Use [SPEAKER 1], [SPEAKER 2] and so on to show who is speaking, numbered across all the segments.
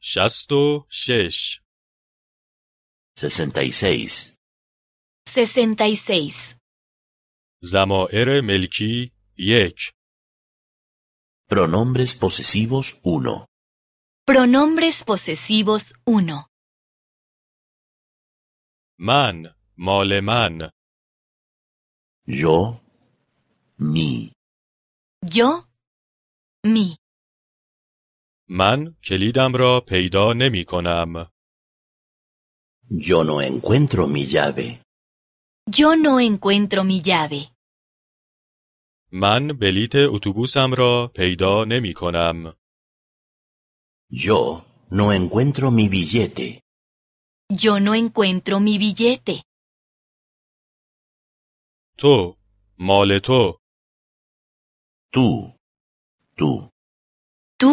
[SPEAKER 1] شست و شش
[SPEAKER 2] 66.
[SPEAKER 3] 66.
[SPEAKER 1] زمائر ملکی یک
[SPEAKER 2] Pronombres posesivos 1.
[SPEAKER 3] Pronombres posesivos 1.
[SPEAKER 1] من مال من
[SPEAKER 2] Yo, mi,
[SPEAKER 3] Yo, mi.
[SPEAKER 1] من کلیدم را پیدا نمی کنم.
[SPEAKER 2] yo no encuentro mi llave.
[SPEAKER 3] Yo no encuentro mi llave.
[SPEAKER 1] من بلیت اتوبوسم را پیدا نمی کنم.
[SPEAKER 2] Yo no encuentro mi billete.
[SPEAKER 3] Yo no encuentro mi billete.
[SPEAKER 1] تو مال تو
[SPEAKER 2] Tú, tú,
[SPEAKER 3] Tú,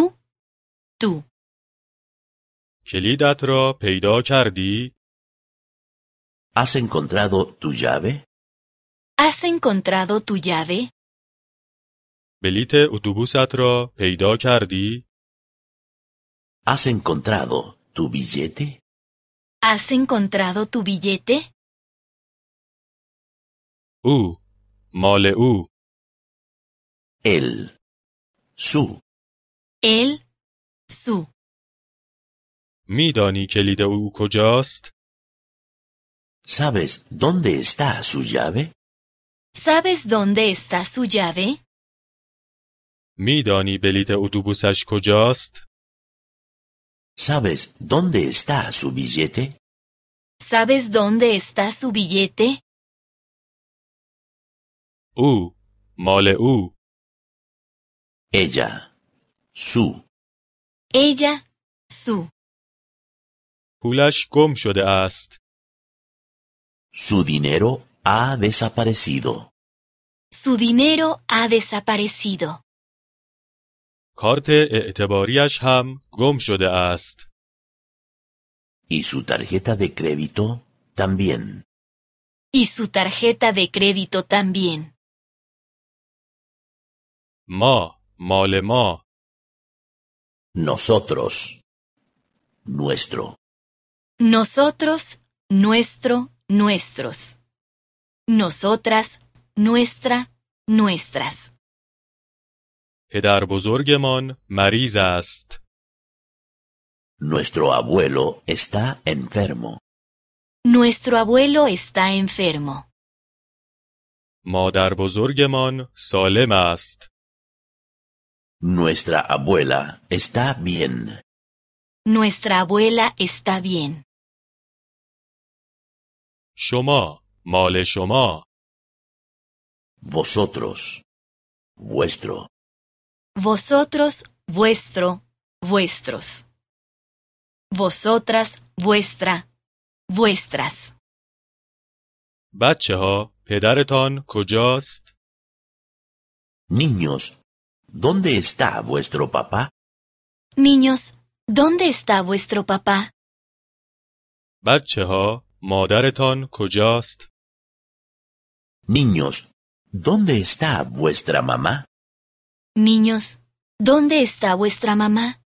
[SPEAKER 3] tú.
[SPEAKER 1] کلیدت را پیدا کردی؟
[SPEAKER 2] ¿has encontrado tu llave?
[SPEAKER 3] ¿Has encontrado tu llave?
[SPEAKER 1] بلیت اتوبوست را پیدا کردی؟
[SPEAKER 2] ¿Has encontrado tu billete?
[SPEAKER 3] ¿Has encontrado tu billete?
[SPEAKER 1] او مال او
[SPEAKER 2] Él, su,
[SPEAKER 3] Él, su.
[SPEAKER 1] میدانی کلید او کجاست؟
[SPEAKER 2] ¿sabes dónde está su llave?
[SPEAKER 3] ¿Sabes dónde está su llave?
[SPEAKER 1] میدانی بلیت اتوبوسش کجاست؟
[SPEAKER 2] ¿Sabes dónde está su billete?
[SPEAKER 3] ¿Sabes dónde está su billete?
[SPEAKER 1] او مال او
[SPEAKER 2] Ella, su,
[SPEAKER 3] Ella, su.
[SPEAKER 1] پولش گم شده است.
[SPEAKER 2] su dinero ha desaparecido.
[SPEAKER 3] Su dinero ha desaparecido.
[SPEAKER 1] کارت اعتباریش هم گم شده است.
[SPEAKER 2] Y su tarjeta de crédito también.
[SPEAKER 3] Y su tarjeta de crédito también.
[SPEAKER 1] ما مال ما
[SPEAKER 2] Nosotros. Nuestro.
[SPEAKER 3] Nosotros, nuestro, nuestros. Nosotras, nuestra, nuestras.
[SPEAKER 1] پدر بزرگمان مریض است.
[SPEAKER 2] Nuestro abuelo está enfermo.
[SPEAKER 3] Nuestro abuelo está enfermo.
[SPEAKER 1] مادر بزرگمان سالم است.
[SPEAKER 2] Nuestra abuela está bien.
[SPEAKER 3] Nuestra abuela está bien.
[SPEAKER 1] شما مال شما
[SPEAKER 2] Vosotros. Vuestro.
[SPEAKER 3] Vosotros, vuestro, vuestros. Vosotras, vuestra, vuestras.
[SPEAKER 1] بچه ها پدرتان کجاست؟
[SPEAKER 2] Niños. ¿Dónde está vuestro papá?
[SPEAKER 3] Niños, ¿dónde está vuestro papá?
[SPEAKER 1] بچه ها مادرتان کجاست؟
[SPEAKER 2] Niños. ¿Dónde está vuestra mamá?
[SPEAKER 3] Niños, ¿dónde está vuestra mamá?